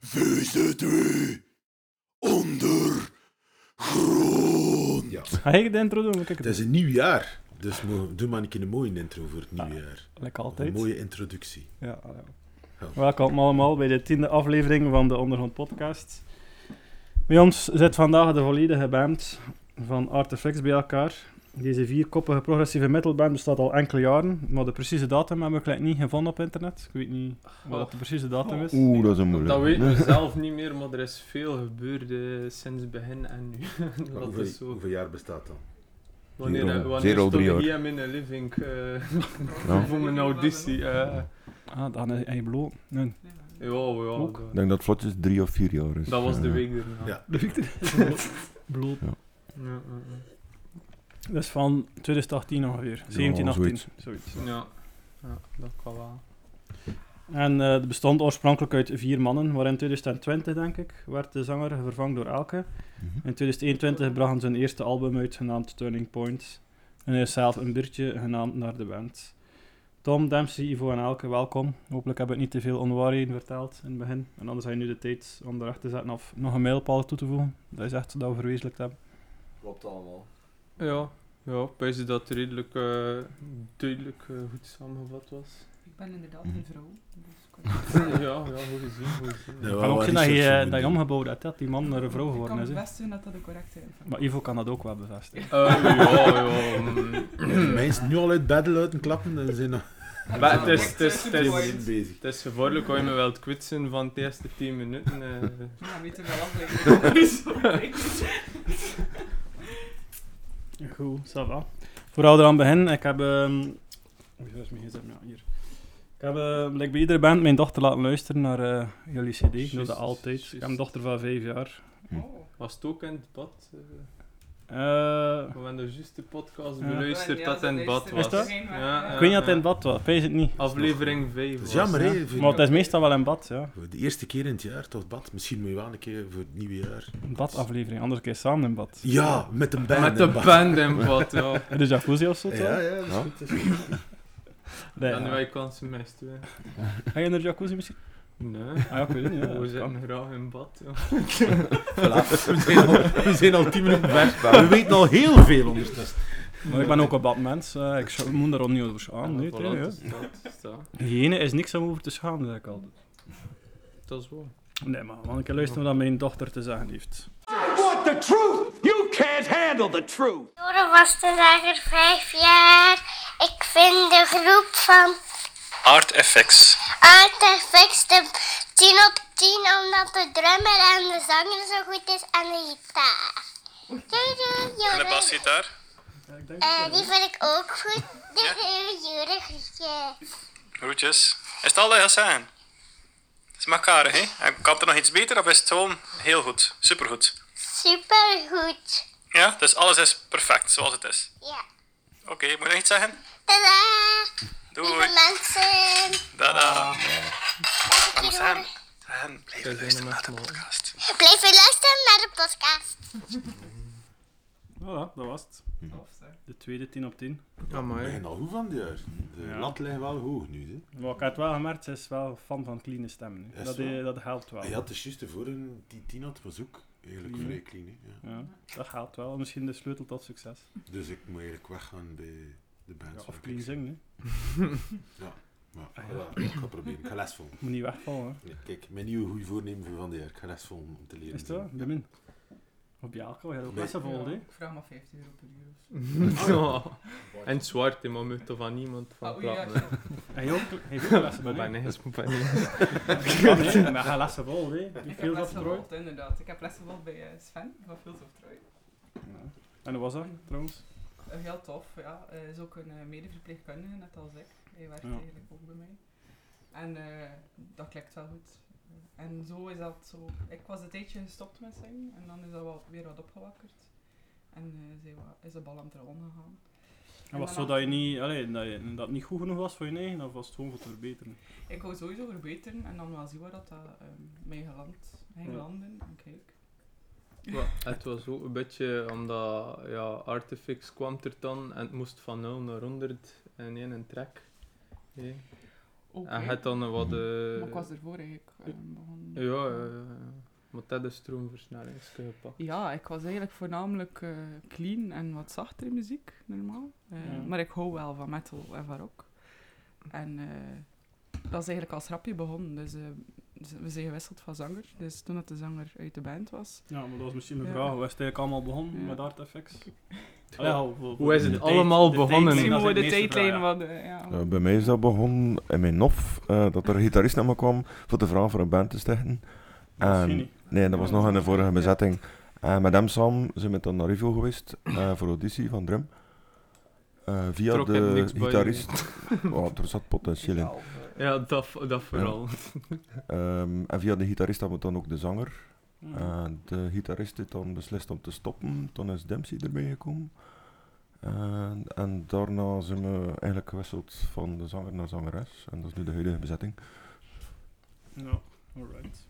zit u onder grond. Ja. Ga ik de intro doen? Kijk, het Het is een nieuw jaar, dus mo- doe maar een keer een mooie intro voor het nieuwe jaar. Lekker Of Een altijd. mooie introductie. Ja, ah, ja. Ja. Welkom allemaal bij de tiende aflevering van de Ondergrond Podcast. Bij ons zit vandaag de volledige band van Artefacts bij elkaar. Deze vierkoppige progressieve metalband bestaat al enkele jaren, maar de precieze datum hebben we gelijk niet gevonden op internet. Ik weet niet wat dat de precieze datum is. Oeh, dat is een moeilijk. Dat weten we zelf niet meer, maar er is veel gebeurd eh, sinds begin en nu. Maar dat hoeveel, is zo. hoeveel jaar bestaat dat? Wanneer, Zero. wanneer Zero, stond drie ik jaar. hier in een living eh, Ja. voor mijn auditie? eh. Ah, dan is hij bloot. Nee. ja, ja, Ook. Ik dat, denk dat het vlotjes drie of vier jaar is. eh. dat was de Ja. week erna. Ja. bloot. Ja, ja, Dat is van 2018 ongeveer. 17, 18, zoiets. zoiets. ja. ja. Ja, dat kan wel. En eh, het bestond oorspronkelijk uit vier mannen, maar in 2020, denk ik, werd de zanger vervangen door Elke. Mhm. In 2021 brachten ze hun eerste album uit, genaamd Turning Point. En hij is zelf een biertje genaamd naar de band. Tom, Dempsey, Ivo en Elke, welkom. Hopelijk heb ik niet te veel onwaarheden verteld in het begin. En anders heb je nu de tijd om erachter te zetten of nog een mijlpaal toe te voegen. Dat is echt dat we verwezenlijkt hebben. Klopt allemaal. Ja, ja, ik denk dat het redelijk eh, duidelijk eh, goed samengevat was. Ik ben inderdaad Mhm. een vrouw. Dus ik kan- ja, ja, goed gezien, goed gezien. Nou, Ik kan ook wat zien dat je, research eh, moet dat je doen. omgebouwd hebt, dat die man naar een vrouw ik kan geworden is. het hè. best doen dat dat de correcte informatie Maar Ivo kan dat ook wel bevestigen. Eh, ja, ja. mm. Als de Mensen nu al uit bed luiten klappen, dan zijn nog Maar het is- het is- het is- niet bezig. Het is gevaarlijk als je me wilt kwitsen van de eerste 10 minuten. eh. Ja, weet je wel aflevering. Goed, ça va. Vooral eraan begin, ik heb... ehm, Oei, waar is mijn gsm? Ja, hier. Ik heb, eh, like bij iedere band, mijn dochter laten luisteren naar eh, jullie cd. Ik doe dat Juist, altijd. juist. Ik heb een dochter van vijf jaar. Mhm. Oh. Was het ook in het bad? eh? Eh, we hebben de juiste podcast Ja. beluisterd Ja, dat het in het bad luisteren was. Is dat? geen weg, Ja, hè. ik weet niet dat het in ja. bad was, pijs het niet. Aflevering 5 Dat was. is jammer, hè? Ja. Voor- Maar het is meestal wel in bad, ja. voor De eerste keer in het jaar tot bad. Misschien moet je wel een keer voor het nieuwe jaar. Een badaflevering, anders keer samen in bad. Ja, met een band. Met de en bad. band in het bad, ja. In de jacuzzi of zo, toch? Ja, ja, dat is Ja. goed. dat is goed. Nee, Dan ja. wij kansen mest, hè. Ga je naar de jacuzzi misschien? Nee. Ah ja, ik weet het niet. ja, we dat kan. zitten graag in bad, ja. We zijn al- We zijn al tien minuten weg. We weten al heel veel ondertussen. Maar ik ben ook een badmens. eh, ik scha- moet daar ook niet over schamen. Ja, Nee, voilà, tuurlijk, het hè. is dat, het is dat. Hygiëne is niks om over te schamen, zeg ik altijd. Dat is wel. Nee, maar want ik luister wat mijn dochter te zeggen heeft. want the truth. You can't handle the truth. Jorden was de zager vijf jaar. Ik vind de groep van Art FX. Artifacts de 10 op 10 omdat de drummer en de zanger zo goed is en de gitaar. Doei doei, En de Joren. basgitaar. Eh, die vind ik ook goed. Doei doei, Joren, groetje. Groetjes. Is het al dat je gaat zeggen? Het is makarig, hè? En kan er nog iets beter of is het gewoon heel goed? Supergoed. Supergoed. Ja, dus alles is perfect zoals het is. Ja. Oké, moet je nog iets zeggen? Tada! Lieve Doei. mensen. Dada. Dag, Wat moet jullie ik zeggen? horen. Zeggen, blijf luisteren naar de podcast. Blijf weer luisteren naar de podcast. Voilà, dat was het. De tweede 10 op 10. We Amai. zijn al goed van het jaar. De Ja. lat ligt wel hoog nu. Hè. Wat ik had wel gemerkt, ze is wel fan van clean stemmen. hè. Is Dat, het eh, dat helpt wel. Hij had dus juist tevoren, die tien had, was ook eigenlijk Ja. vrij clean. Hè? Ja. Ja, dat helpt wel. Misschien de sleutel tot succes. Dus ik moet eigenlijk weggaan bij de band. Ja, of clean zingen. hè. Maar, Ah, voilà, ik ga proberen. Ik ga lesvolgen. Moet niet wegvallen. Hè. Nee, kijk, mijn nieuwe goede voornemen voor van dit jaar. Ik ga lesvolgen om te leren. Is het wel? Bemin. Op je alcohol, je hebt ook Nee. lessen vol, hè? Ik vraag maar 50 euro per uur. of zo. Oh, Ja. En het zwart, hè, maar je moet er van niemand Ah, van oei, ja, praten. hè. En je ook, hij heeft ook lessen vol, hè? Bij niks, bij niks. Ja, nee, maar hij lessen vol, hè? Doe Ik veel heb dat les vertrouwd. gevolgd, inderdaad. Ik heb les gevolgd bij eh, Sven van Fields of Troy. En hoe was dat, trouwens? Eh, heel tof, ja. Hij is ook een eh, medeverpleegkundige, net als ik. Hij werkt Ja. eigenlijk ook bij mij. En eh, dat klikt wel goed. En zo is dat zo. Ik was een tijdje gestopt met zingen en dan is dat wel weer wat opgewakkerd. En eh, zij wa- is de bal aan het rollen gegaan. En was het dan zo dat je af- niet, allee, dat, je, dat het niet goed genoeg was voor je eigen, of was het gewoon voor te verbeteren? Ik wou sowieso verbeteren en dan wel zien waar dat ehm mij geland, ging Ja. landen. En kijk. Ja, het was ook een beetje omdat ja, Artifix kwam er dan en het moest van 0 naar 100 in één trek. Nee. Oké. En je hebt dan een wat... Mhm. eh, Maar ik was ervoor eigenlijk eh, begonnen. Ja, eh, maar dat is stroomversnelling is gepakt. Ja, ik was eigenlijk voornamelijk eh, clean en wat zachtere muziek, normaal. Eh, Ja. Maar ik hou wel van metal en van rock. En eh, dat is eigenlijk als rapje begonnen. Dus eh, z- we zijn gewisseld van zanger. Dus toen dat de zanger uit de band was... Ja, maar dat was misschien mijn Ja. vraag. Hoe is het eigenlijk allemaal begonnen Ja. met ArtFX? Allee, ja, voor- voor Hoe is de het tijd- allemaal de tijd- begonnen? dat is Misschien moeten we de het meeste tijdlijn vraag, wat... eh, ja. Eh, bij mij is dat begonnen in mijn nof, eh, dat er een gitarist naar me kwam voor de vraag voor een band te stichten. ja. En- Misschien niet. nee, dat was Ja, nog in de dat- vorige ja. bezetting. En met hem samen zijn we dan naar Rivio geweest eh, voor auditie van drum. Eh, via Trok hem de niks bij. gitarist. Oh, er zat potentieel in. eh. Ja, dat, dat vooral. Ehm, en via de gitarist hebben we dan ook de zanger. Ja. Eh, de gitarist heeft dan beslist om te stoppen. Toen is Dempsey erbij gekomen. En, en daarna zijn we eigenlijk gewisseld van de zanger naar zangeres. En dat is nu de huidige bezetting. Ja, alright.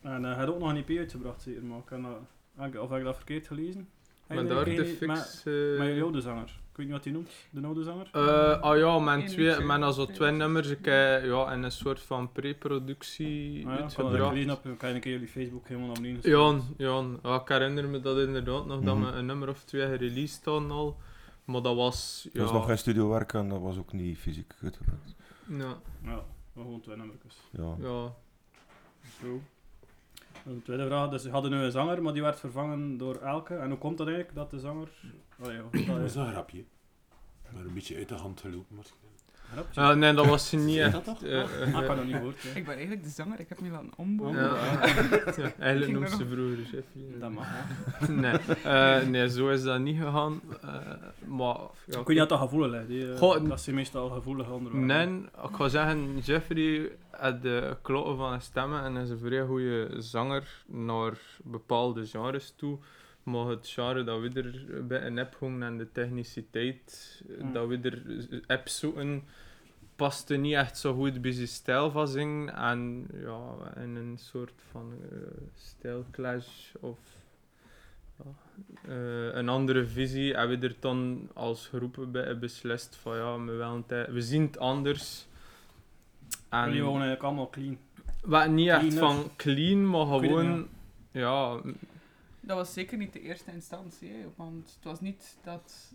En eh, hij had ook nog een EP uitgebracht, zeker, maar ik kan dat- heb ik- of heb ik dat verkeerd gelezen? Ah, Hij Maar deed daar een de eh, keer- fix... Met, met jullie oude zanger. Ik weet niet wat hij noemt, de oude zanger. Eh, ah ja, men Eén twee, liedje. men had zo Eén twee liedje. nummers. Ik heb ja, in een soort van pre-productie Ah ja, ik had dat uitgebracht. gelezen op ik heb een keer jullie Facebook helemaal naar beneden Ja, ja, ja, ik herinner me dat inderdaad nog, dat Mhm. we een nummer of twee gereleased hadden al. Maar dat was... Dat Ja, was nog geen studiowerk en dat was ook niet fysiek uitgebracht. ja, Ja, maar gewoon twee nummertjes. Ja. ja. Zo. Dan de tweede vraag, dus ze hadden nu een zanger, maar die werd vervangen door Elke. En hoe komt dat eigenlijk, dat de zanger... Allee, hoe komt Dat dat is eigenlijk? een grapje. Maar een beetje uit de hand gelopen. Maar... Grapje? Eh, nee, dat was niet Is echt. dat toch? eh, eh, Ah, Oh. ik had dat niet gehoord. hè. Ik ben eigenlijk de zanger. Ik heb me laten omboren. ja, ja, eigenlijk Ging noemt dat ze vroeger Jeffrey. Dat mag. hè. Nee, eh, nee, zo is dat niet gegaan. eh, maar... Ja, Ik weet niet dat dat gevoelig ligt. die, eh, Goh, dat zijn meestal gevoelige onderwerpen. Nee, ik ga zeggen, Jeffrey had de kloten van zijn stemmen en is een vrij goede zanger naar bepaalde genres toe. Maar het genre dat we er bij een app gingen en de techniciteit eh, Hmm. dat we er app zoeken, paste niet echt zo goed bij zijn stijl van zingen. En ja, in een soort van eh, stijlclash of ja, eh, een andere visie hebben we er dan als groep bij beslist van ja, we, willen het- we zien het anders. En Jullie wonen eigenlijk allemaal clean. wat niet echt cleaner. van clean, maar weet het gewoon ja, Dat was zeker niet de eerste instantie. hè, Want het was niet dat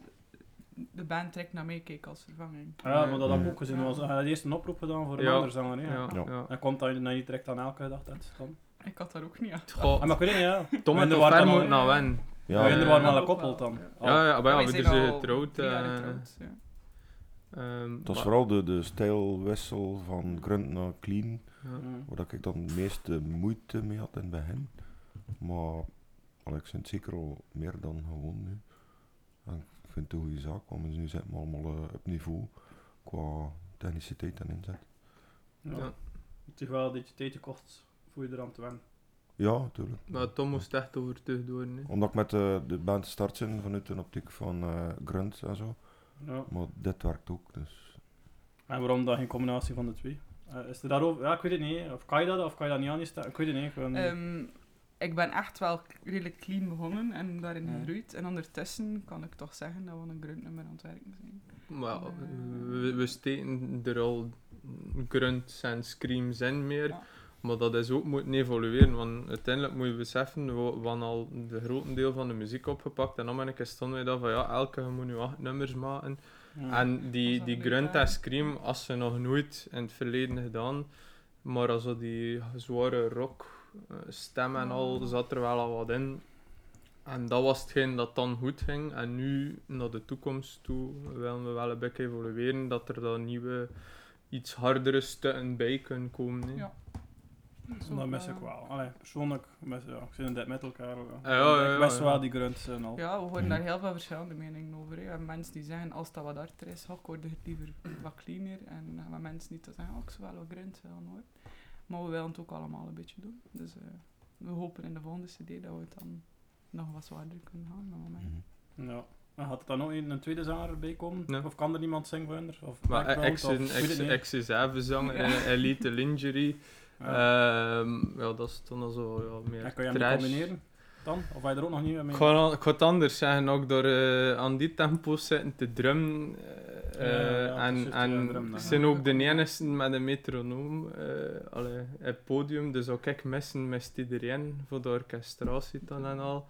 de band direct naar mij keek als vervanging. Ja, maar dat heb ik Ja. ook gezien. Was, hij had eerst een oproep gedaan voor een Ja. ander zanger. hè. ja, Ja. ja. Dan komt dat je dat je niet direct aan elke gedacht hebt. Tom. Ik had daar ook niet aan. Het gaat- Ah, maar ik weet niet, ja. Tom en en er de waren Ver dan moet al- naar wen. Ja, Ja, Ja, er ja, waren ja. wel een koppel dan. Ja. Al. Ja, ja, maar ja, Oh. Wij Ah, we zijn zijn al getrouwd. drie jaar eh, getrouwd, ja. ehm, Het was maar- vooral de, de stijlwissel van grunt naar clean, ja. Mm. waar dat ik dan de meeste moeite mee had in het begin. Maar allee, ik vind het zeker al meer dan gewoon nu. En ik vind het een goede zaak, want we nu zitten we allemaal eh, op niveau qua techniciteit en inzet. Ja. Ja. Het is wel dat je tijd gekocht voor je eraan te wennen. Ja, tuurlijk. Maar Tom moest echt overtuigd worden. hè. Omdat ik met eh, de band start zijn vanuit een optiek van eh grunt en zo. Ja. Maar dit werkt ook, dus... En waarom dan geen combinatie van de twee? Eh, is er daarover? Ja, ik weet het niet. hè. Of kan je dat of kan je dat niet aan je stellen? Ik weet het niet. Ik ben... Ehm, ik ben echt wel k- redelijk clean begonnen en daarin Ja. gegroeid. En ondertussen kan ik toch zeggen dat we een gruntnummer aan het werken zijn. Maar ja, Eh. we, we steken er al grunts en screams in meer. Ja. Maar dat is ook moeten evolueren, want uiteindelijk moet je beseffen, we we hadden al de grote deel van de muziek opgepakt en dan een keer stonden wij dat van ja, elke moet nu acht nummers maken. ja. Ehm, En die, dat die een grunt beetje- en scream, als ze nog nooit in het verleden gedaan, maar als zo die zware rock eh, stem en al, zat er wel al wat in. En dat was hetgeen dat dan goed ging. En nu, naar de toekomst toe, willen we wel een beetje evolueren, dat er dan nieuwe, iets hardere stukken bij kunnen komen. hè. Ja. Dus dat mis eh, ik wel. Allee, persoonlijk, mis, ja, ik zit in dit met elkaar. Ja. Ah, ja, ja, ik mis ja. wel die grunt en al. Ja, we horen Mhm. daar heel veel verschillende meningen over. hè. We hebben mensen die zeggen, als dat wat harder is, goh, ik hoorde het liever wat cleaner. En dan hebben we mensen die dat zeggen, oh, ik zou wel wat grunt willen hoor. Maar we willen het ook allemaal een beetje doen. Dus eh, we hopen in de volgende cd dat we het dan nog wat zwaarder kunnen gaan. dan we merken. mhm. Ja. En had er dan nog een, een tweede zanger bij komen? Nee. Of kan er niemand zingen voor hun? Of Maar e- eh, Black Crowes, ex of- ik weet het niet. is zanger, eh, Elite Lingerie. Ja. Ehm, Ja, dat is dan al zo ja, meer En kun je hem eh, trash. combineren? Dan? Of wij er ook nog niet Ik mee? ga, al- ik ga het anders zeggen, ook door eh, aan die tempo's zitten te drummen. eh, Ja, ja, ja, eh, het is en juist en die, eh, drum, het hè. zijn ook de enigste met een metronoom eh allee, op het podium. Dus ook ik missen mist iedereen voor de orchestratie dan en al.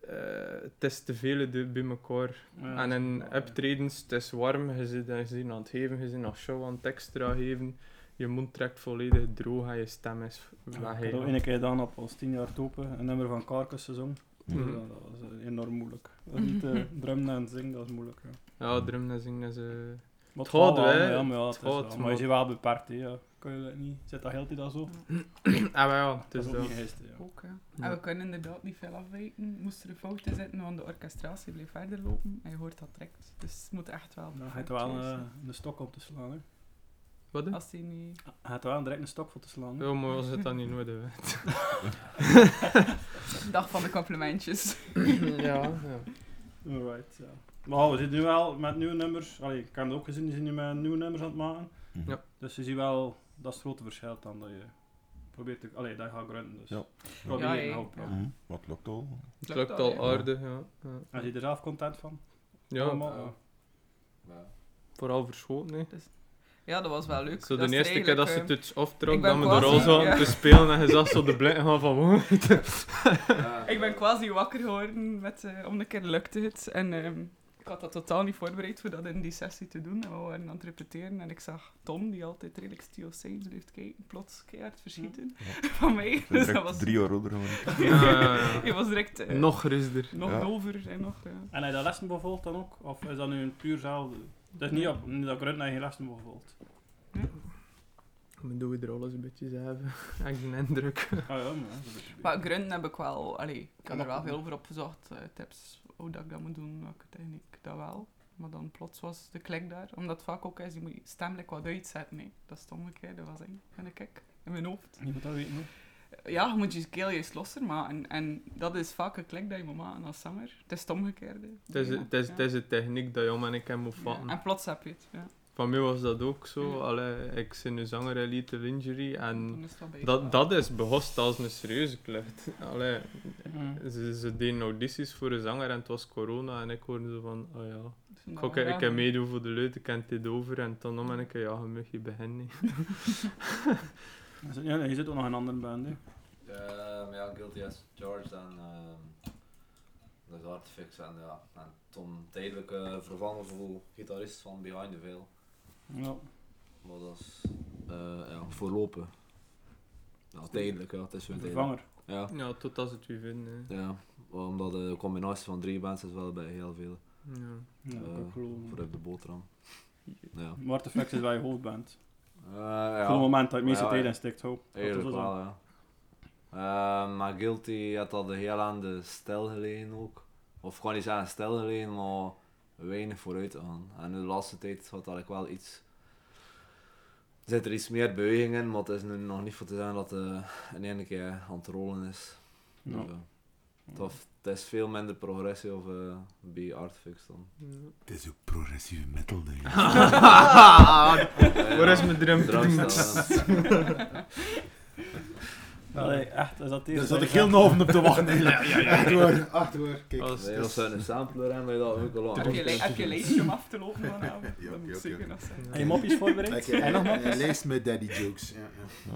Eh, het is te veel de- bij elkaar. Ja, en in dat is wel, ja. optredens, het is warm, je zit je zit aan het geven, je zit aan het show aan het extra geven. Je mond trekt volledig droog en je stem is Ja, weg. Ik heb een keer gedaan op ons tien jaar topen, een nummer van Carcass gezongen. Mhm. Ja, dat was eh, enorm moeilijk. Dat is Niet eh, drummen en zingen, dat is moeilijk. Ja. Ja, drummen en zingen is... eh, Maar Het gaat wel, wel, hè. Ja, maar, ja, het Het is wel. gaat, maar, maar- je zit wel beperkt, hè. Ja. Kun je dat niet? Zit dat heel die dag zo? Ah, maar ja, het dat is is ook dat. niet geest, hè, ja. Ook, hè. Ja. En we kunnen inderdaad niet veel afwijken. Moest er een fout in zitten, want de orchestratie bleef verder lopen. En je hoort dat direct. Dus het moet echt wel... Dan gaat perfect er wel juist eh, zijn. een stok op te slaan, hè. Wat? hè? Als die niet... Gaat er wel direct een stok voor te slaan, hè. Ja, maar was het dan niet nodig? Dag van de complimentjes. ja, Alright, ja. Maar oh, we zitten nu wel met nieuwe nummers. Allee, ik heb het ook gezien, die zijn nu met nieuwe nummers aan het maken. Mhm. Ja. Dus je ziet wel, dat is het grote verschil dan dat je probeert te... Allee, dat gaat grunden, dus. Ja. Probeer Ja, je ja, hoop, ja. ja. Mhm. Wat lukt al? Het Lukt lukt al, al ja. aardig, ja. Ja, En zie je er zelf content van? Ja, Allemaal? ja. Ja. vooral verschoten, hè. Ja, dat was wel leuk. Zo Dat de is eh. eerste keer dat ze eigenlijk, het iets ik aftrok, dat ben we er al quasi, zo ja. aan te spelen en je zag zo de blikken gaan van... "Wow." Ja. eh, Ik ben quasi wakker geworden met... eh, om een keer lukte het. En ehm, ik had dat totaal niet voorbereid voor dat in die sessie te doen. En we waren aan het repeteren. En ik zag Tom, die altijd redelijk Steel Saints blijft kijken, plots keihard verschieten van mij. Dus dat was... drie jaar ouder geworden. Ja, ja, Je was direct... eh, Nog grisder. Nog Ja. dover en nog... eh, En heb je dat lessen bijvoorbeeld dan ook? Of is dat nu een puur zelf? Dat is niet op niet dat grunden en geen lessen bijvoorbeeld. Maar doen we er alles een beetje zelf. Echt een indruk. Ah ja, maar ja, dat is... Maar grunden heb ik wel, allee, ik heb Ja, er wel dat- veel over opgezocht, eh, tips, hoe dat ik dat moet doen, welke techniek, dat wel. Maar dan plots was de klik daar, omdat het vaak ook is, je moet je stemlijk wat uitzetten, nee. Dat is het omgekeerde, dat was eng, vind ik, ik, in mijn hoofd. Je moet dat weten, hè. Ja, je moet je keel juist losser maken, en dat is vaak een klik dat je moet maken als zanger. Het is het omgekeerde. Het is, het is, Ja. het is een techniek dat Jan en ik hem moet Ja, vatten. En plots heb je het, ja. Van mij was dat ook zo. Ja. Allee, ik zing nu zanger in Little Injury en... Dan is het wel beter. Dat, dat is behost als een serieuze klucht. Allee, ze, ze deden audities voor een zanger en het was corona. En ik hoorde zo van, oh ja, Dus dan ik, ga ke- ik wel- kan meedoen voor de leut, ik ken dit over. En toen nam ik, ja, je mag je beginnen. niet. Je zit- Dus, Ja, je zit ook nog in een andere band, hè. Ehm, ja, Guilty as Charged en ehm dat is Artifix en ja, en Tom tijdelijk eh, vervangen voor gitarist van Behind the Veil. Ja. Maar dat is eh, ja, voorlopig. Ja, tijdelijk, ja, het is Een zo'n tijdelijk. vervanger. Ja, Ja, tot als het u vindt. hè. ja, omdat de combinatie van drie bands is wel bij heel veel. Ja. Ja, ik Eh, ook Voor geloof. op de boterham. Ja. Maar de fact is waar je hoofdband. Eh, ja. Voor het moment dat je het meeste Ja, tijd ja. in stikt, hoop. Dat is Eigenlijk wel zo. wel, ja. Eh, maar Guilty had al heel aan de stijl gelegen ook. Of gewoon niet aan de stijl gelegen, maar weinig vooruit aan. En de laatste tijd had eigenlijk wel iets... Zit er iets meer beweging in, maar het is nu nog niet voor te zeggen dat het in één keer aan het rollen is. Ja. Dus, eh, het, heeft- het is veel minder progressie of eh bij Artfix dan. Het is ook progressieve metal, denk Waar is mijn drum? Drumstel, ja. Allee, echt, is dat Dus Daar eerst? zat ik heel noven op te wachten. Ja, ja, ja. Achterhoor, achterhoor. Kijk. Als, Nee, Als als, ze een sampler hebben, dat ook al Heb aan. je, heb je lijstje om af te lopen vanavond? Ja, dat oké, moet oké, zeker oké. nog zijn. Heb je mopjes voorbereid? Oké, En nog mopjes? eh, Lijst met daddy jokes. Ja, ja.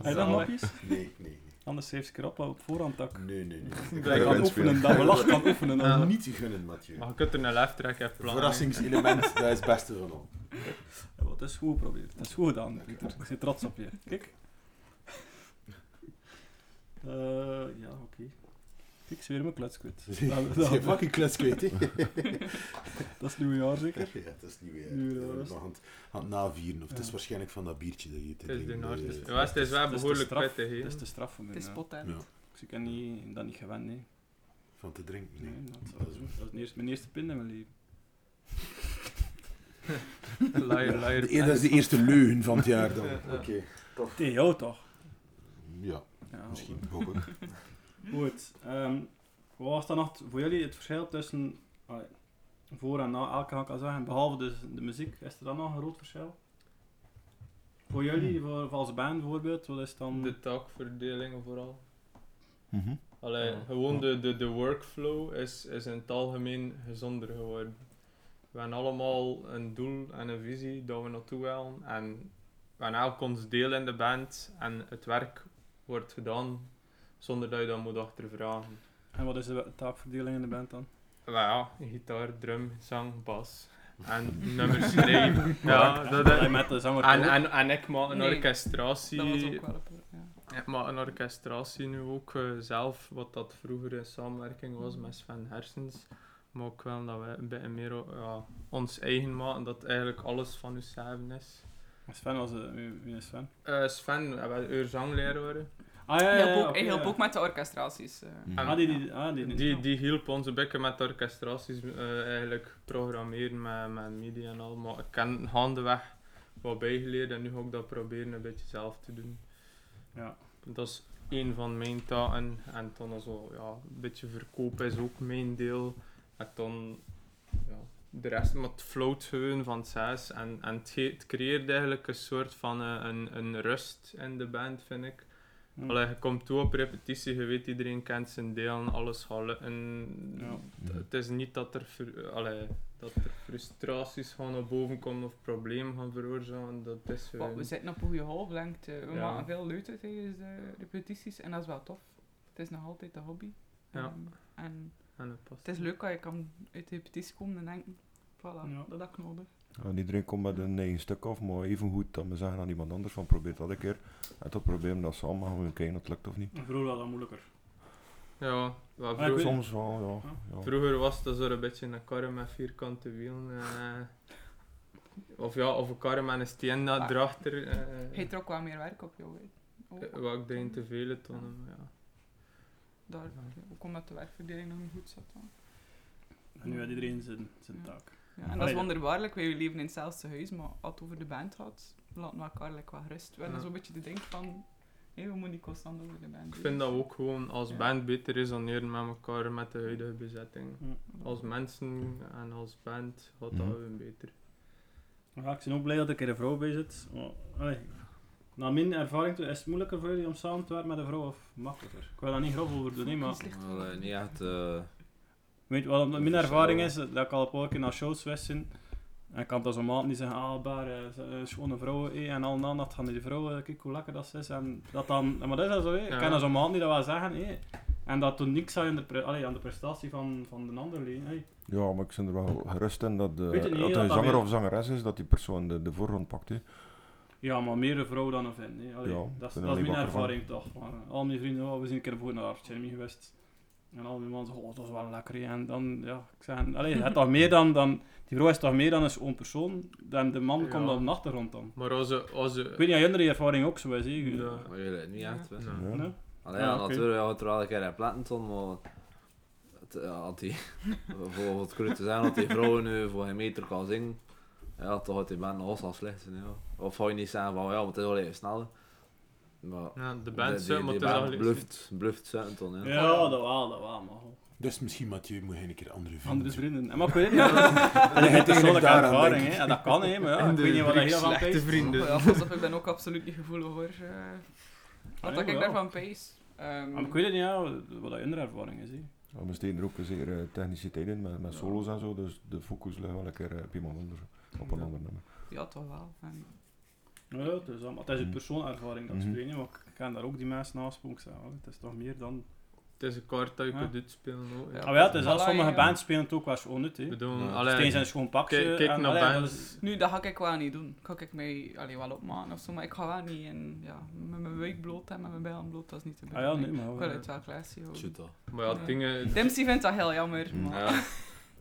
Heb je nog mopjes? Nee, nee, Anders schrijf ik erop op voorhand dat ik nee. Nee, nee, nee. Ik dat ik kan oefenen, dat we lachen kan oefenen. Dat Dan. niet te gunnen, Mathieu. maar je kunt er een live track hebben plannen. Verrassingselement, dat is het beste van al. Ja, wat is goed geprobeerd. Dat is goed gedaan, Pieter. Ik zit trots op je. Kijk. Eh, ja, oké. Kijk, ze weer mijn kluts kwijt. Dat Dat, is geen dat, fucking kluts kwijt, hè. dat is nieuwjaar zeker. Ja, dat is niet weer. Nu, eh, Dat we rust. nog aan het- aan het navieren, of het is Ja. waarschijnlijk van dat biertje dat je te Het is de drinken, hardste- eh, Ja, het is wel Dat is de behoorlijk straf. prettig. hè. Dat is te straf voor mij. Het is ja. potent. Ja. Dus ik ben niet, dat niet gewend, nee. Van te drinken, nee nee. dat, is- dat is mijn eerste, mijn eerste pin in mijn leven. Liar, liar. De eer- Dat is de eerste leugen van het jaar dan. Oké. Oh. Tegen jou toch? Ja, Ja, misschien. Hoop ik. Goed. ehm, wat was dan nog t- voor jullie het verschil tussen allee, voor en na elke kan ik al zeggen, behalve dus de muziek, is er dan nog een groot verschil? Voor Hmm. jullie, voor, voor als band bijvoorbeeld, wat is dan... De taakverdeling vooral. Mhm. Allee, Ja. gewoon de, de, de workflow is, is in het algemeen gezonder geworden. We hebben allemaal een doel en een visie dat we naartoe willen. En we hebben elk ons deel in de band. En het werk wordt gedaan zonder dat je dat moet achtervragen. En wat is de taakverdeling in de band dan? Maar ja, gitaar, drum, zang, bas. En nummers schrijven. ja, dat is... met de zanger En, ook. en, en ik maak een Nee, orchestratie. Dat was ook wel een ja. Ik maak een orchestratie nu ook eh, zelf, wat dat vroeger in samenwerking was met Sven Hersens. Maar ook wel dat we een beetje meer o- ja, ons eigen maken, dat eigenlijk alles van ons hebben is. Sven was... eh, wie- wie is Sven? Eh, Sven, we hebben uw zangleraar. Ah ja, Hij ja, hielp ook, oké, hij hielp ja. ook met de orchestraties. eh. Ah, die, die, ah, die, Die, die hielp ons een beetje met de orchestraties eh, eigenlijk programmeren met, met media en al. Maar ik ken gaandeweg wat bijgeleerd en nu ga ik dat proberen een beetje zelf te doen. Ja. Dat is één van mijn taken. En dan zo, ja, een beetje verkoop is ook mijn deel. En dan ja, de rest, maar het float gewoon van het zes. En, en het, ge- het creëert eigenlijk een soort van eh, een, een rust in de band, vind ik. Hm. Allee, je komt toe op repetitie, je weet iedereen kent zijn delen, alles gaat lukken. Ja. Het- Het is niet dat er, fru- allee, dat er frustraties gaan naar boven komen of problemen gaan veroorzaken. Dat is Wa- gewoon... We zitten op een goede golflengte. We Ja. maken eh, veel leuten tijdens de repetities en dat is wel tof. Het is nog altijd een hobby. Ja. Ehm, en En dat past. het is leuk dat je kan uit de repetitie komen en denken, voilà, Ja. dat had ik nodig. En iedereen komt met een eigen stuk af, maar even goed dat we zeggen aan iemand anders van probeer dat een keer. En tot proberen dat samen, gaan we gewoon kijken of het lukt of niet. Vroeger was dat moeilijker. Ja, wat Ah, ik weet- vroeger, Soms wel, ja. ja. vroeger was dat zo een beetje een kar met vierkante wielen. eh, of ja, of een kar met een steen Ah. erachter. Hij eh trok wel meer werk op jou. hè. Ook, wat ik denk te vele tonnen, maar ja. daar, ook omdat de werkverdeling nog niet goed zat. dan. En nu had iedereen zijn, zijn Ja. taak. Ja, en dat Allee, is ja. wonderbaarlijk, wij leven in hetzelfde huis, maar als het over de band gaat, laten we elkaar like, wat rust. We hebben Ja. zo'n beetje de ding van, hé, we moeten niet constant over de band Ik vind dat we ook gewoon als Ja. band beter resoneren met elkaar met de huidige bezetting. ook Als mensen en als band gaat dat Mhm. gewoon beter. Ja, ik ben ook blij dat ik er een vrouw bij zit. Maar, allee, na mijn ervaring toe, is het moeilijker voor jullie om samen te werken met een vrouw of makkelijker? Ik wil daar niet grof over doen, hè, maar Maar, eh, niet echt... eh, weet je, wat mijn Verschil. ervaring is dat ik al een paar keer naar shows geweest ben. En ik kan dan zo'n maand niet zeggen, ah, daar, eh, eh, schone vrouwen, eh, en al na nacht gaan die vrouwen, eh, kijk hoe lekker dat ze is. En dat dan, maar dat is dat zo, hè. ik Ja. kan dat zo'n maand niet dat wel zeggen. hè. En dat toen niks aan de, pre- allee, aan de prestatie van, van de ander liggen. hè. Ja, maar ik ben er wel gerust in dat, de, Weet je niet, dat dat een dat zanger weer- of zangeres is, dat die persoon de, de voorgrond pakt. hè. Ja, maar meer een vrouw dan een vent. hè. Allee, Ja, dat is, ik ben er dat is niet mijn wakker van. ervaring toch. Maar, eh, al mijn vrienden, oh, we zijn een keer voor naar Artjermy geweest. En al mijn mannen zeggen, oh, dat is wel lekker. hè. En dan, ja, ik zeg, allee, het is toch meer dan, dan, die vrouw is toch meer dan een schoon persoon. Dan de man Ja. komt dan op de achtergrond dan. Maar onze... Ik onze weet niet, aan jullie ervaring ook zo is. hè. Ja. Maar jullie, niet echt, hè. Ja. Ja. Nee? Allee, Ja, ja, oké. natuurlijk, ja, het er wel een keer in Plattenton, maar... Het, ja, had die, voor het cru te zijn dat die vrouw nu voor een meter kan zingen, ja, toch had die band nog al slecht zijn, ja. Of ga je niet zeggen van, ja, maar het is wel even sneller. Maar Ja, de die- band die- zit, maar die het is band eigenlijk... bluft, bluft Zuidton, ja. Ja, dat wel, dat wel. Maar, goh. Dus misschien, Mathieu, moet je een keer andere vrienden andere vrienden. En, maar ik weet het niet, dat is- dat is een eigenlijk persoonlijke daaraan, ervaring. denk ik. hè. En dat kan, hè, maar ja, In ik de weet niet wat dat rubriek heel van slechte tijd. vrienden. Ja, alsof ik ben ook absoluut niet gevoelig hoor. eh. Ah, Wat Nee, dat maar ik ja. daarvan pees. Ehm, Maar ik weet het niet, ja, wat dat hun ervaring is. hè. Ja, we steden er ook zeer eh, techniciteit in, met, met Ja. solos en zo, dus de focus ligt wel een keer eh, op iemand anders, op een Ja. ander nummer. Ja, toch wel. En Ja, het is, allemaal- het is een Mhm. persoonservaring dat ik Mhm. spreek, hè, maar ik ken daar ook die mensen naast me ook zeggen, "Allee, het is toch meer dan... Het is een kaart dat je Ja. kunt uitspelen ook. Ja. Ah, ja, het is, dat Allee, sommige ja. bands spelen het ook wel schoon uit, Ik hè. bedoel, Ja. allee, Steen zijn schoon pakje. kijk, kijk en, naar allee, dat bands. is- Nu, dat ga ik wel niet doen. Ga ik mij allee, wel opmaken of zo, maar ik ga wel niet in, ja, met mijn week bloot en met mijn bijl bloot, dat is niet te Ah ja, bedoeling. nee, Ik wil maar... het wel classy houden. Shoot, toch. Mm. Maar ja, Ja. dingen... Dempsey vindt dat heel jammer, maar Ja.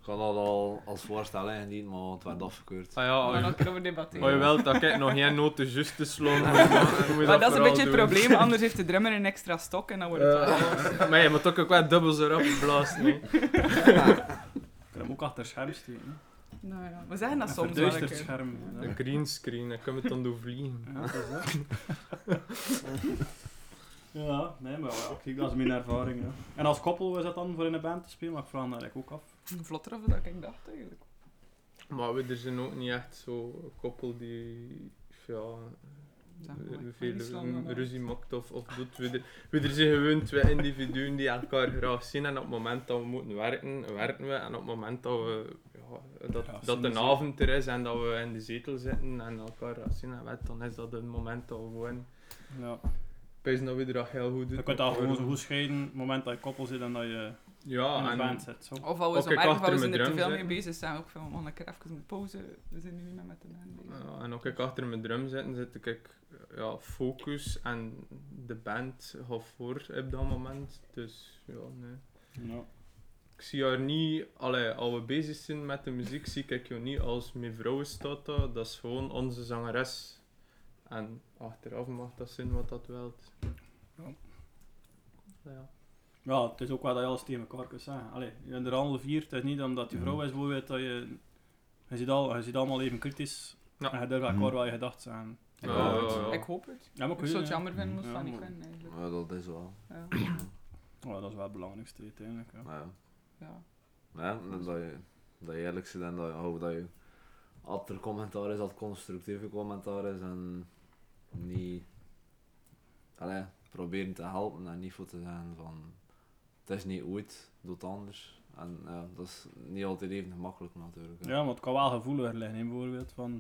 Ik had dat al als voorstel ingediend, maar het werd Ah afgekeurd. we ja, gaan als er je- keer over debatteren. als je wel Oh, dat ik nog geen noten juist te slaan, moet je dat- moet je maar dat is een vooral beetje het doen. probleem, anders heeft de drummer een extra stok en dan wordt het wel... Eh, maar je moet ook wel dubbels erop blazen. hè. Ik kan hem ook achter scherm steken. hè. Nou ja, we zeggen dat Een soms wel een verduisterd keer. scherm. hè. Een greenscreen, dan kan je het dan doen vliegen. Ja, dat is dat. Ja, nee, maar ja, kijk, dat is mijn ervaring. hè. En als koppel is dat dan voor in een band te spelen, maar ik vraag me dat eigenlijk ook af. Vlotter of dat ik dacht, eigenlijk. Maar we, er zijn ook niet echt zo koppel die ja, zeg eh, maar. Maar veel die slaan dan wel. eh, ruzie maakt of, of doet. We er, we er zijn gewoon twee individuen die elkaar graag zien. En op het moment dat we moeten werken, werken we. En op het moment dat, we, ja, dat, Graag dat zien een is- avond er is en dat we in de zetel zitten en elkaar graag zien en wet, dan is dat een moment dat we gewoon... Ja. Pezen dat we er dat heel goed doen. Je kunt dat gewoon zo goed scheiden, op het moment dat je koppel zit en dat je in Ja, een Ah, en- band zit. Zo. Of al we Ook zo ik merken, achter van, mijn we zijn er te drum veel mee zit. bezig, zijn we ook van, we gaan lekker even een pauze, we zijn nu niet meer met de band bezig. Ja, en ook ik achter mijn drum zitten, zit ik ja, focus en de band gaat voor op dat moment. Dus ja, nee. Ja. Ik zie haar niet, allee, als we bezig zijn met de muziek, zie ik je niet als mijn vrouw staat dat. Dat is gewoon onze zangeres. En achteraf mag dat zijn wat dat wilt. Ja. Ja, het is ook wel dat je alles tegen elkaar kunt zeggen. Allee, je bent er al vier, het is niet omdat je vrouw is bijvoorbeeld dat je... Je ziet, al, je ziet allemaal even kritisch Ja. en je durft elkaar Mhm. wel je gedachten zijn. Ja, Ik, hoop ja, ja. het. ik hoop het. Ja, maar ik goed, zou het ja. jammer vinden, moest Ja, dat niet maar- kunnen eigenlijk. Ja, dat is wel. Ja. Ja, Oh, dat is wel het belangrijkste uiteindelijk. Ja. Maar ja. Ja. Maar ja, dat dat je, dat je eerlijk zit en dat je hoopt dat je als er commentaar is, dat constructieve commentaar is en niet allee, proberen te helpen en niet voor te zeggen van het is niet ooit, doe het anders. En ja, dat is niet altijd even gemakkelijk natuurlijk. hè. Ja, want het kan wel gevoeliger liggen, hè, bijvoorbeeld. Van,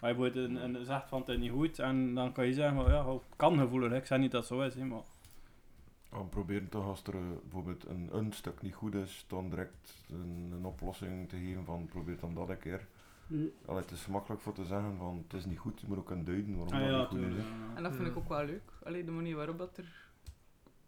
als je bijvoorbeeld een, een- zegt van het is niet goed, en dan kan je zeggen, van, ja, het kan gevoeliger. Ik zeg niet dat het zo is, hè, maar... We proberen toch als er eh, bijvoorbeeld een, een stuk niet goed is, dan direct een, een oplossing te geven van probeer dan dat een keer. Mm. Allee, het is makkelijk voor te zeggen van het is niet goed, je moet ook kunnen duiden waarom Ah, dat ja, niet goed tuurlijk. is. hè. ja, En ja. dat vind ik ook wel leuk. Allee, de manier waarop dat er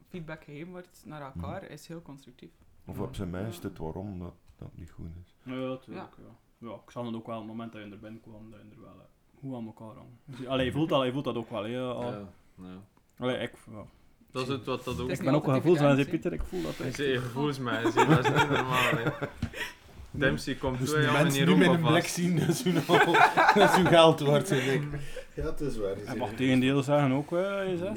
feedback gegeven wordt naar elkaar, is heel constructief. Of op zijn minst het waarom dat, dat niet goed is. Ja, tuurlijk, ja. Ja, ik zal het ook wel, op het moment dat je er bent kwam, dat je er wel eh, goed aan elkaar hangt. Allee, je voelt dat, je voelt dat ook wel, hè. ja. al- Ah. Ja, ja. Allee, ik... ja. Dat is het wat dat ook Het is Ik niet ben ook wel altijd gevoelsmens, hè, evident, Pieter. Ik voel dat Hij echt. zei gevoelsmens, hè. dat is niet normaal. hè. Dempsey komt Dus twee de jaar mensen meneer nu met Roepa een blik vast. zien, dat is hun, al, dat is hun geld waard, zeg ik. Ja, het is waar. Je mag tegendeel zeggen ook, eh, je zegt.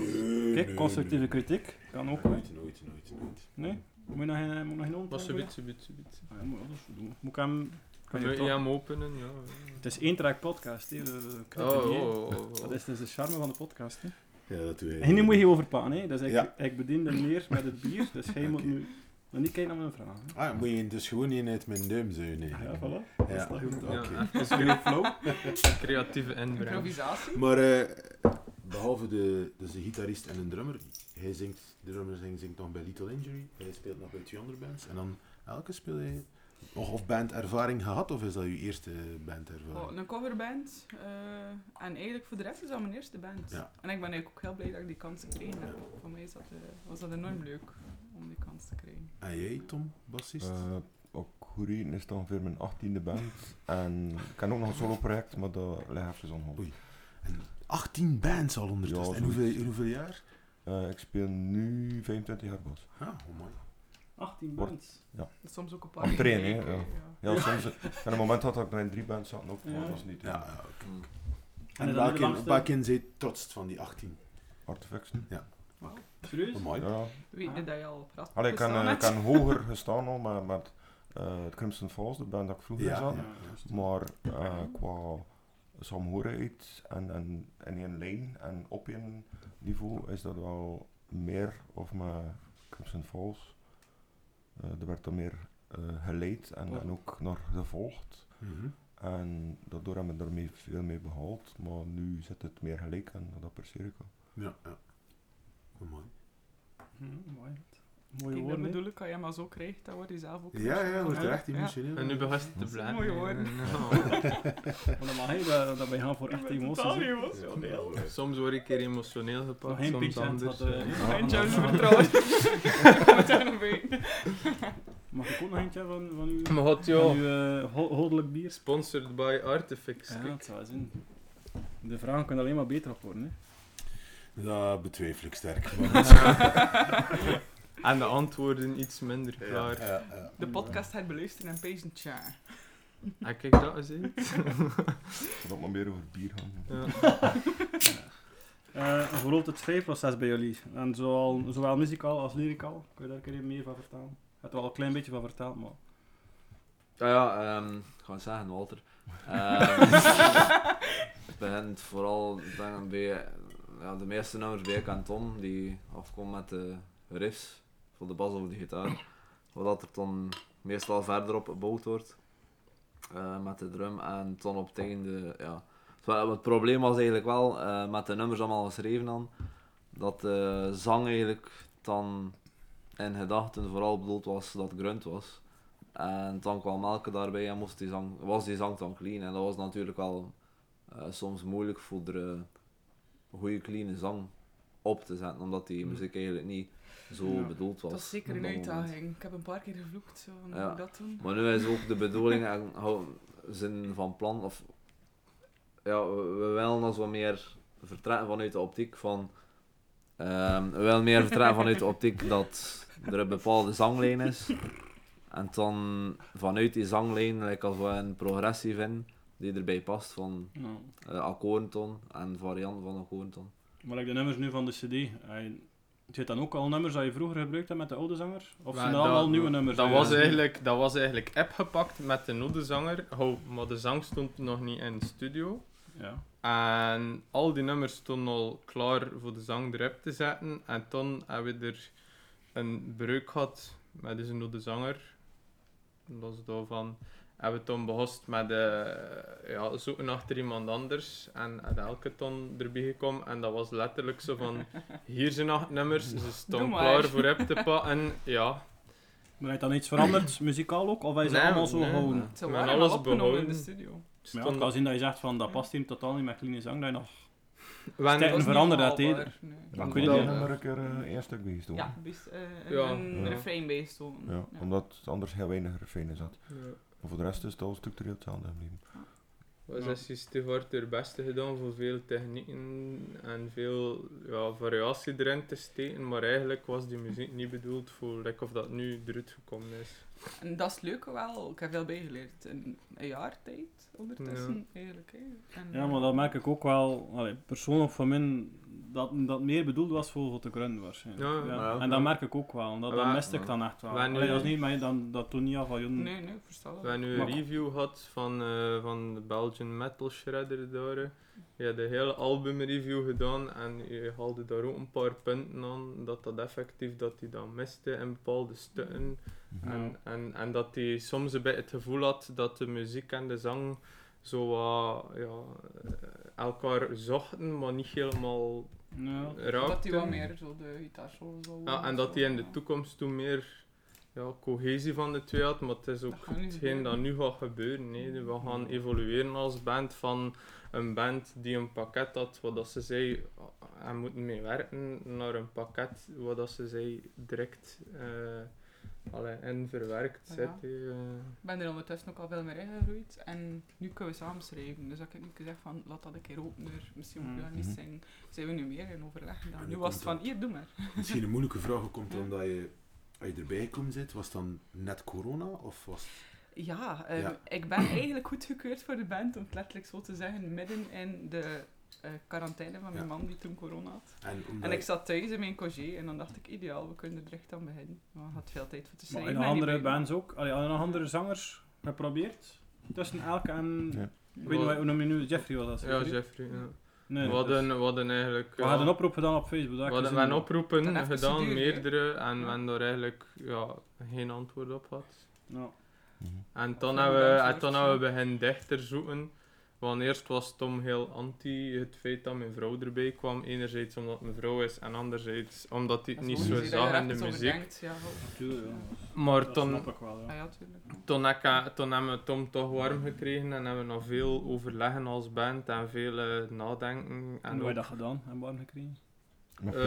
Kijk, nee, constructieve kritiek kan ook. hè. Nooit, nooit, nooit, nooit. Nee? Moet je nog geen, moet je nog geen Maar antwoord ze hebben? biedt, ze biedt, ze biedt. Ah, ja, moet, dat is goed doen. moet ik hem... kan je Moet je toch- hem openen? Ja. Het is één track podcast, hè. we- we knippen Oh, niet, hè. oh, oh, oh. Dat is dus de charme van de podcast, hè. Ja, dat doe je. En nu moet je overpakken, hè. Dus ik, Ja. ik bedien de meer met het bier, dus jij moet Oké. nu... Maar niet kijken naar mijn vraag, hè. Ah, Ah, dan moet je dus gewoon niet uit mijn duim zuigen, nee. Ja, voilà. Dat is Ja. toch goed. Ja, Oké. even Jullie flow. creatieve inbreng. Improvisatie? Maar eh, behalve de, dus de gitarist en een drummer, hij zingt, de drummer zingt, zingt nog bij Little Injury, hij speelt nog bij twee andere bands. En dan elke speel je nog of bandervaring gehad, of is dat je eerste Oh, bandervaring? een coverband. eh, en eigenlijk voor de rest is dat mijn eerste band. Ja. En ik ben eigenlijk ook heel blij dat ik die kans gekregen heb. Voor mij is dat, eh, was dat enorm leuk om die kans te krijgen. En Ah, jij, Tom, bassist? Eh, ook goed reden is dan ongeveer mijn 18e Mm. band. en ik heb ook nog een solo project, maar dat leg even zo'n hold. Oei. 18 bands al ondertussen. Ja, en hoeveel, in hoeveel jaar? Eh, ik speel nu 25 jaar bas. Ja, oh mooi. 18 Wordt- bands. Dat is soms ook een paar Op keer train, in hè, de week, ja. eh, ja. Ja, soms. En het moment had ik nog in drie bands zat, ook, maar Ja. dat was niet. Ja, Ja. ja, oké. Mm. En En dan de welke- langste- welke zijn trots van die 18? Artefixen. Serieus? Oh, mooi. Ja. Weet je dat je al praat? Allee, ik kan, eh, ik kan hoger gestaan al met, met eh, het Crimson Falls, de band dat ik vroeger Ja, zat. ja. Maar eh, qua saamhorigheid en, en in één lijn en op één niveau is dat wel meer of met Crimson Falls. Eh, er werd dan meer eh, geleid en, en ook naar gevolgd. Mhm. En daardoor hebben we daarmee veel mee behaald. Maar nu zit het meer gelijk en dat perceer ik al. Ja, ja. Oh, mooi. Hm, mooi. Mooie Kijk, dat woorden, hè. bedoel ik, als je maar zo krijgt, dan word je zelf ook... Ja, ja, wordt Ja. echt emotioneel. En nu begint het te blijven. eh, Mooie woorden. Ja. Maar dan mag hij, dat, eh, dat wij gaan voor Ik echte ben emoties. totaal hè. niet emotioneel. nou, Soms word ik er emotioneel gepakt, Nog geen soms pizza, anders. want, eh, ja. Ik ben Jones vertrouwen. Ik moet daar nog bij. Mag ik ook nog eentje van, van uw, Maar god, van joh. uw eh, ho- holdelijk bier? Sponsored by Artifix. Ja, kijk. dat zou zin. De vragen kunnen alleen maar beter op worden. Hè. Dat betwijfel ik sterk. En de antwoorden iets minder Ja, klaar. ja, ja. De podcast gaat beluisteren en pezen tja. En kijk, dat is het. Zodat we meer over bier gaan. Ja. Eh, hoe loopt het schrijfproces bij jullie? En zowel, zowel muzikaal als lyricaal? Kun je daar een keer meer van vertellen? Je hebt er al een klein beetje van verteld, maar... Ah Ja, ja, ehm, ik ga het zeggen, Walter. Ehm, begint vooral dan bij, ja, de meeste nummers bij en Tom, die afkomen met de riffs voor de bas of de gitaar. Wat er dan meestal verder op gebouwd wordt eh, met de drum en dan op het einde, ja. Terwijl Het probleem was eigenlijk wel, eh, met de nummers allemaal geschreven dan, dat de zang eigenlijk dan in gedachten vooral bedoeld was dat grunt was. En dan kwam Melke daarbij en moest die zang, was die zang dan clean. En dat was natuurlijk wel eh, soms moeilijk voor de goede clean zang op te zetten, omdat die muziek eigenlijk niet zo Ja. bedoeld was. Dat is zeker op een dat moment. uitdaging. Ik heb een paar keer gevloekt, zo, van, hoe moet ik dat doen? Maar nu is ook de bedoeling en hou- zin van plan of ja, we we willen ons wat meer vertrekken vanuit de optiek van ehm, we willen meer vertrekken vanuit de optiek dat er een bepaalde zanglijn is en dan vanuit die zanglijn like als we een progressie vinden die erbij past van Ja. eh akkoordton en varianten van akkoordton. Maar like de nummers nu van de CD. Hij, het zijn dan ook al nummers dat je vroeger gebruikt hebt met de oude zanger? Of Maar zijn dat dat- allemaal nieuwe nummers? Dat Ja. was, eigenlijk, dat was eigenlijk app gepakt met de nodezanger, Hou, maar de zang stond nog niet in de studio. Ja. En al die nummers stonden al klaar voor de zang erop te zetten. En toen hebben we er een breuk gehad met dus deze nodezanger. Los daarvan hebben we toen behost met eh, ja, zoeken achter iemand anders. En had elke ton erbij gekomen. En dat was letterlijk zo van, hier zijn acht nummers, ze stonden maar. klaar voor op te pakken. Ja. Maar heeft dan iets veranderd, muzikaal ook? Of is het Nee, allemaal zo nee. gewoon? Ze Met waren alles al opgenomen dus- in de behouden. studio. Maar ja, het kan zien dat je zegt van dat past hier totaal niet met clean zang. Dat je nog... Wanneer- Stijl- was niet veranderen dat haalbaar, eerder. nee. Ja, ik weet Dan kon het dat niet. nummer een keer eh, eerst ook bij Ja, ja. best, eh, Ja. een Ja. refrein bijstomen. ja, Ja. omdat anders heel weinig refenen zat. Ja. Maar voor de rest is het al structureel hetzelfde gebleven. Was Ja. ja. te hard haar beste gedaan voor veel technieken en veel ja, variatie erin te steken, maar eigenlijk was die muziek niet bedoeld voor like, of dat nu eruit gekomen is. En dat is het leuke wel. Ik heb veel bijgeleerd in een jaar tijd ondertussen, eigenlijk. Hè. En, Ja, maar dat merk ik ook wel, allee, persoonlijk van min, dat dat meer bedoeld was voor, voor de grun waarschijnlijk. Ja, ja. En dat merk ik ook wel, dat, dat Maar- miste ik dan echt wel. maar nu- Allee, dat is niet, maar dan, dat toen niet af van joh, eh, Nee, nee, ik versta dat. We hebben nu een Maar- review gehad van, eh, van de Belgian Metal Shredder daar. eh. Je hebt de hele album review gedaan en je haalde daar ook een paar punten aan dat dat effectief dat hij dan miste in bepaalde stukken. En, en, en dat hij soms een beetje het gevoel had dat de muziek en de zang zo wat, ja, eh, elkaar zochten, maar niet helemaal Ja. Dat hij wat raakten. meer zo de gitaarsolo zou Ja, en dat hij in de toekomst toen meer ja, cohesie van de twee had, maar het is ook Dat gaat nu hetgeen dat gebeuren. nu gaat gebeuren. Nee. We gaan evolueren als band van een band die een pakket had wat dat ze zei "Ah, en moeten mee werken, naar een pakket wat dat ze zei direct eh allee, in verwerkt Ja. zit. eh. Ik ben er ondertussen ook al veel meer in gegroeid en nu kunnen we samen schrijven. Dus ik heb nu gezegd van, laat dat een keer opener, misschien moet je dat niet Mhm. zingen. Zijn we nu meer in overleg dan? En Nu nu was het komt van, hier, doe maar. Misschien een moeilijke vraag komt Ja. omdat je, als je erbij gekomen zit, was het dan net corona of was het- Ja, ehm, Ja. ik ben eigenlijk goedgekeurd voor de band, om het letterlijk zo te zeggen, midden in de eh, quarantaine van mijn Ja. man die toen corona had. En, omdat En ik zat thuis in mijn congé en dan dacht ik, ideaal, we kunnen er direct aan beginnen. Maar ik had veel tijd voor te Maar schrijven. in en die andere bij- bands ook, allee, hadden nog andere zangers geprobeerd? Tussen elke en, Ja. ik weet niet hoe- hoe noem je nu, Jeffrey was dat? Ja, Jeffrey? Jeffrey. Ja. Nee, nee, we, hadden, dus- we hadden eigenlijk... we ja, hadden een oproep gedaan op Facebook. dat we ik hadden- we gezien hadden oproepen Dat heeft dus gedaan, geduurd, hè? meerdere, en Ja. we hadden daar eigenlijk ja, geen antwoord op gehad. Ja. Mhm. En Van dan de hebben we, dansers en dan hebben we begin dichter zoeken. Want eerst was Tom heel anti het feit dat mijn vrouw erbij kwam. Enerzijds omdat mijn vrouw is en anderzijds omdat hij Dat het niet is zo goed, dat je zag daar in de even over muziek. denkt, Ja, wel. Tuurlijk, ja. Maar Dat toen, snap ik wel, ah, ja. ja, tuurlijk. toen, heb ik- toen hebben we Tom toch warm gekregen en hebben we nog veel overleggen als band en veel eh, nadenken. En hoe En heb je ook, dat gedaan? En warm gekregen? Maar Pim,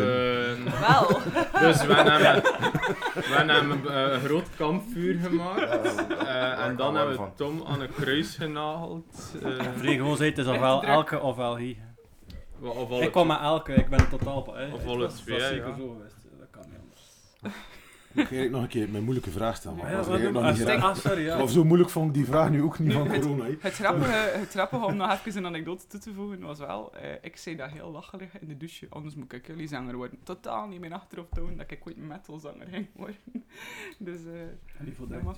eh, Wel, Dus we hebben, we hebben eh, een groot kampvuur gemaakt. Eh, en kan warm dan hebben we van. Tom aan een kruis genageld. eh, Vrij gewoon zei, het is ofwel elke ofwel hier. wa- of alle Ik kwam met elke, ik ben totaal... Hè, Of Het alle was- twee, Dat is ja. zeker zo geweest, dat kan niet anders. Ik ga nog een keer mijn moeilijke vraag stellen. want Ja, was wat eigenlijk doen- nog niet ah, stek- geraakt. ah, sorry, ja. Of zo moeilijk vond ik die vraag nu ook niet van Nee, het- corona. hè. Het grappige, het grappige om nog even een anekdote toe te voegen was wel, eh, ik zei dat heel lachelijk in de douche, anders moet ik jullie zanger worden. Totaal niet mijn achterhoofd doen dat ik ooit metalzanger ging worden. Dus, eh die dat voldacht, mag.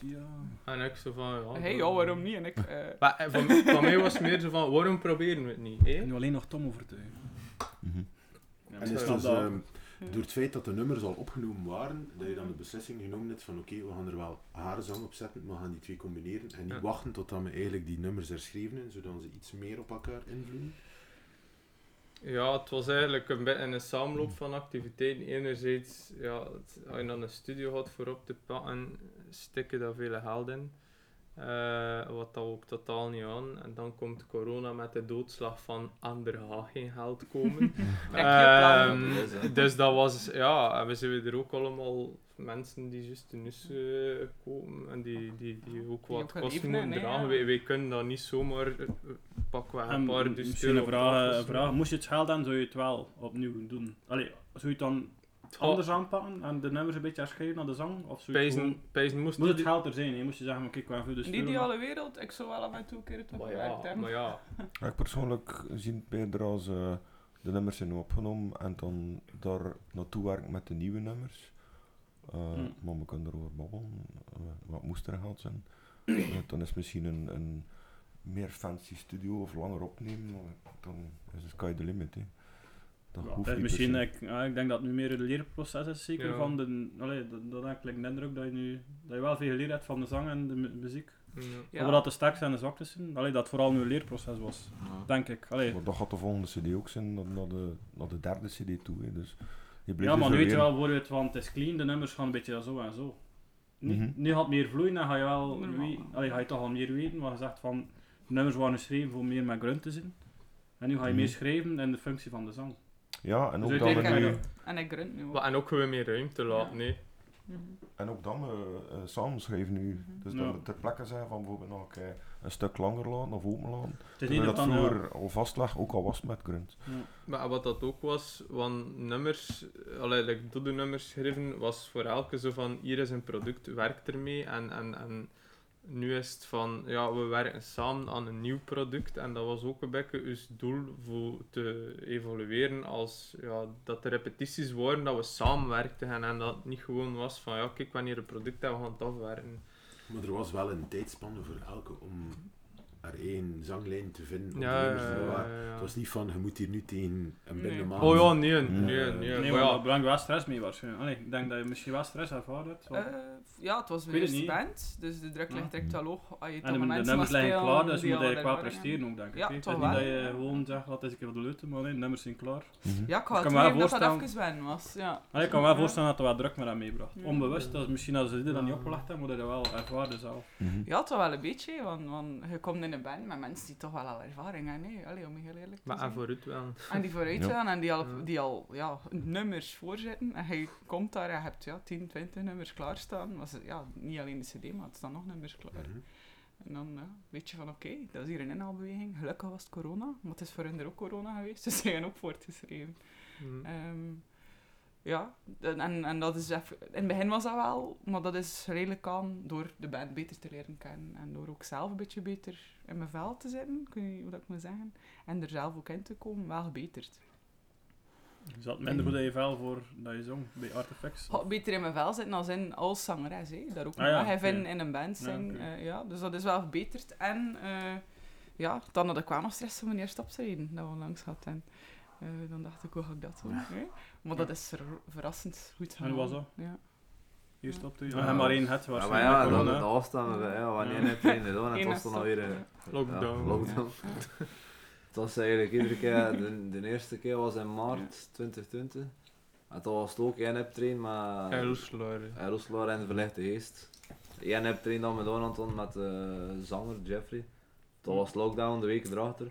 En ik zo van, ja... Hey, ja, waarom- waarom niet? En ik, eh, Maar eh, van, van mij was het meer zo van, waarom proberen we het niet? hè? Nu alleen nog Tom overtuigen. Mhm. En is ik dus, snap dat. ehm, door het feit dat de nummers al opgenomen waren, dat je dan de beslissing genomen hebt van oké, we gaan er wel haar zang op zetten, maar we gaan die twee combineren en niet Ja. wachten totdat we eigenlijk die nummers herschreven hebben, zodat ze iets meer op elkaar invloeden. Ja, het was eigenlijk een beetje een samenloop van activiteiten. Enerzijds, ja, het- als je dan een studio had voor op te pakken, stikken daar veel geld in. Eh, wat dat ook totaal niet aan. En dan komt corona met de doodslag van aan er gaat geen geld komen. plan. Ehm, Dat is, hè. dus dat was, ja, en we zijn er ook allemaal mensen die juist de nus eh, komen en die, die, die ook wat ook wel kosten even moeten hebben, hè, dragen. ja. Wij, wij kunnen dat niet zomaar eh, pakken we een paar dus misschien een vraag, een vraag. Moest je het geld dan, zou je het wel opnieuw doen? Allee, zou je het dan Oh, anders aanpakken en de nummers een beetje herschrijven naar de zang? Of zou je het gewoon... Pijzen, pijzen moest Moet het die- geld er zijn, je moest je zeggen, maar kijk, we hebben dus in de ideale wereld, ik zou wel af en toe een keer het Maar opgewerkt ja, maar hebben. ja. Ja, ik persoonlijk zie het beter als eh, de nummers zijn opgenomen en dan daar naartoe werken met de nieuwe nummers. Eh, Hmm. Maar we kunnen erover babbelen. eh, wat moest er gehaald zijn? Eh, dan is misschien een, een meer fancy studio of langer opnemen. maar Dan is de sky the limit. Hè. Dat hoeft Eh, dus niet misschien, per se. ik, ja, ik denk dat het nu meer het leerproces is, zeker Ja. van de... Allee, dat, dat heb ik like, de indruk dat je nu... Dat je wel veel geleerd hebt van de zang en de mu- muziek. Mm. Ja. Over dat de sterkste en de zwakte zijn. Allee, dat het vooral nu een leerproces was, Ja. denk ik. Allee. Maar dat gaat de volgende CD ook zijn, naar, naar, de, naar de derde CD toe. Hè. Dus je blijft Ja, maar dus nu weet je leren. wel voor het, want het is clean, de nummers gaan een beetje zo en zo. Nu, Mhm. nu gaat het meer vloeien, dan ga je, wel Normaal. wie, allee, ga je toch al meer weten. Maar je zegt van, de nummers waren geschreven voor meer met grunt te zijn. En nu ga je Mhm. meer schrijven in de functie van de zang. Ja, en Dus ook dan uiteindelijk we heb nu... je En ik grunt nu ook. Maar, en ook gewoon meer ruimte laten, nee. Mhm. En ook dan eh, eh, samen schrijven nu. Dus Ja. dan we ter plekke zijn van bijvoorbeeld nog eh, een stuk langer laten of open laten. Het is niet Terwijl dat dat dan... eh, vroeger al vast lag, ook al was het met grunt. Maar wat dat ook was, want nummers, allee, like, dodo nummers schrijven, was voor elke zo van, hier is een product, werk ermee. En, en, en nu is het van, ja, we werken samen aan een nieuw product. En dat was ook een beetje ons doel voor te evolueren als, ja, dat er repetities waren, dat we samenwerkten. En, en dat het niet gewoon was van, ja, kijk, wanneer een product hebben, we gaan het afwerken. Maar er was wel een tijdspanne voor elke om er één zanglijn te vinden. om de Ja, ja, nummers te ja, bewaren. ja, ja. Het was niet van, je moet hier nu tegen een binnen Nee. maand... Oh ja, nee, nee, Ja. nee. Nee, Maar maar ja, dat brengt wel stress mee waarschijnlijk. Allee, ik denk dat je misschien wel stress ervaren hebt. want- Eh, ja, het was Ik mijn weet het eerste niet. band, dus de druk ligt Ja. direct al hoog. Als je en de, toch de met mensen nummers mag liggen spelen klaar, dus die je moet al eigenlijk wel ervaring presteren ook, denk ik. Ja, hè. het is toch niet wel. dat je gewoon zegt, laat eens een keer wat leuten, maar nee, de nummers zijn klaar. Mhm. hebben. Ja, ik had kan het me wel dat dat voorstellen- even wennen was. Ja. Allee, ik kan me wel voorstellen dat er wat druk met dat meebracht. Ja. Onbewust, dat is misschien als ze dit dan niet opgelegd hebben, moet je dat wel ervaren zelf. Mhm. Ja, toch wel een beetje, want, want je komt in een band met mensen die toch wel al ervaring hebben, hè. Allee, om heel eerlijk te maar zijn. en vooruit wel. En die vooruit Ja. gaan en die Ja. al, die al ja, nummers voorzitten. En je komt daar en je hebt ja, 10, 20 nummers klaarstaan. Was, ja, niet alleen de cd, maar het staan nog nummers klaar. Mhm. En dan ja, weet je van oké, dat is hier een inhaalbeweging. Gelukkig was het corona, maar het is voor hen er ook corona geweest. Dus ze zijn ook voortgeschreven. Mm. Ehm, ja, en, en- en dat is even, in het begin was dat wel, maar dat is redelijk aan door de band beter te leren kennen en door ook zelf een beetje beter in mijn vel te zitten, ik weet niet hoe dat ik moet zeggen, en er zelf ook in te komen, wel gebeterd. Je zat minder goed in je vel voor dat je zong bij Artifacts. Goh, beter in mijn vel zitten als in als zangeres, hè. daar ook Ah nog ja, wel. Hij oké. vindt in een band zijn, oké. eh, ja, dus dat is wel verbeterd. En eh, ja, dan had ik wel nog stress om mijn eerste optreden dat we langs hadden. En, eh, dan dacht ik, hoe ga ik dat doen? hè? Maar dat is ver- verrassend goed En hoe was dat? Ja. Hier stopt hij. We Ja. hebben maar één het Ja, maar ja, waarschijnlijk. dat, corona. dat was dan, eh, ja, wanneer Ja. heb je in de zon en het Eén was dan stap, alweer ja. een Lockdown. lockdown. Het was eigenlijk iedere keer, de, de eerste keer was in maart 2020. En toen was het ook één uptrain, maar... Elsloren. En Roeselaar en de Verlichte Geest. Jij hebt train dan met Donanton met de zanger Jeffrey. Dat was lockdown de week erachter.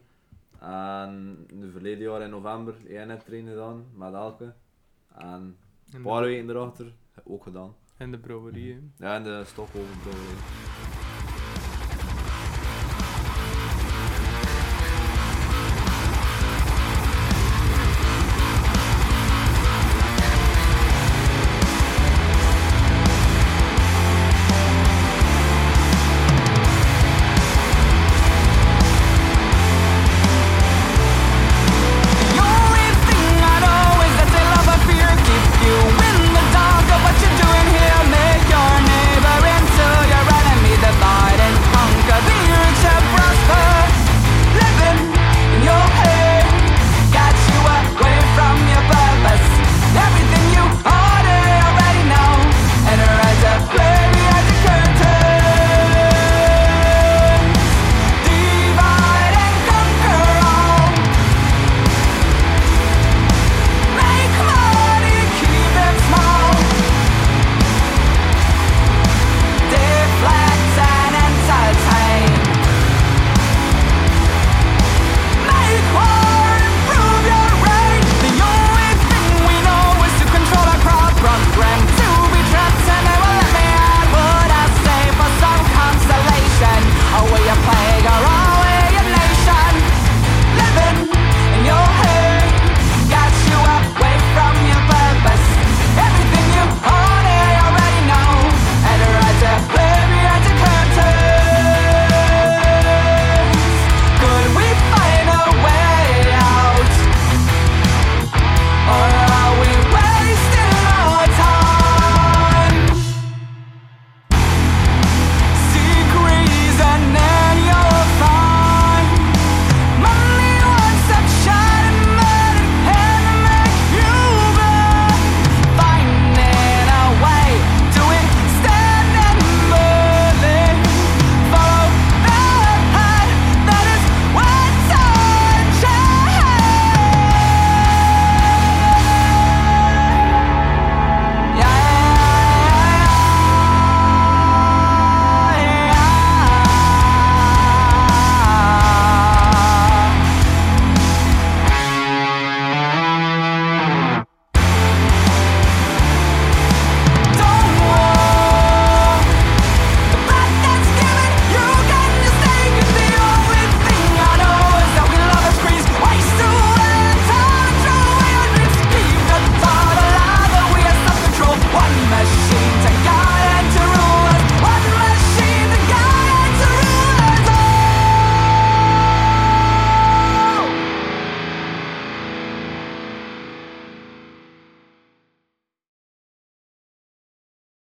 En nu verleden jaar in november, jij hebt train gedaan met Elke. En een In paar de, weken erachter, ook gedaan. in de brouwerie. hè. Ja, in de Stockholm. Brewery.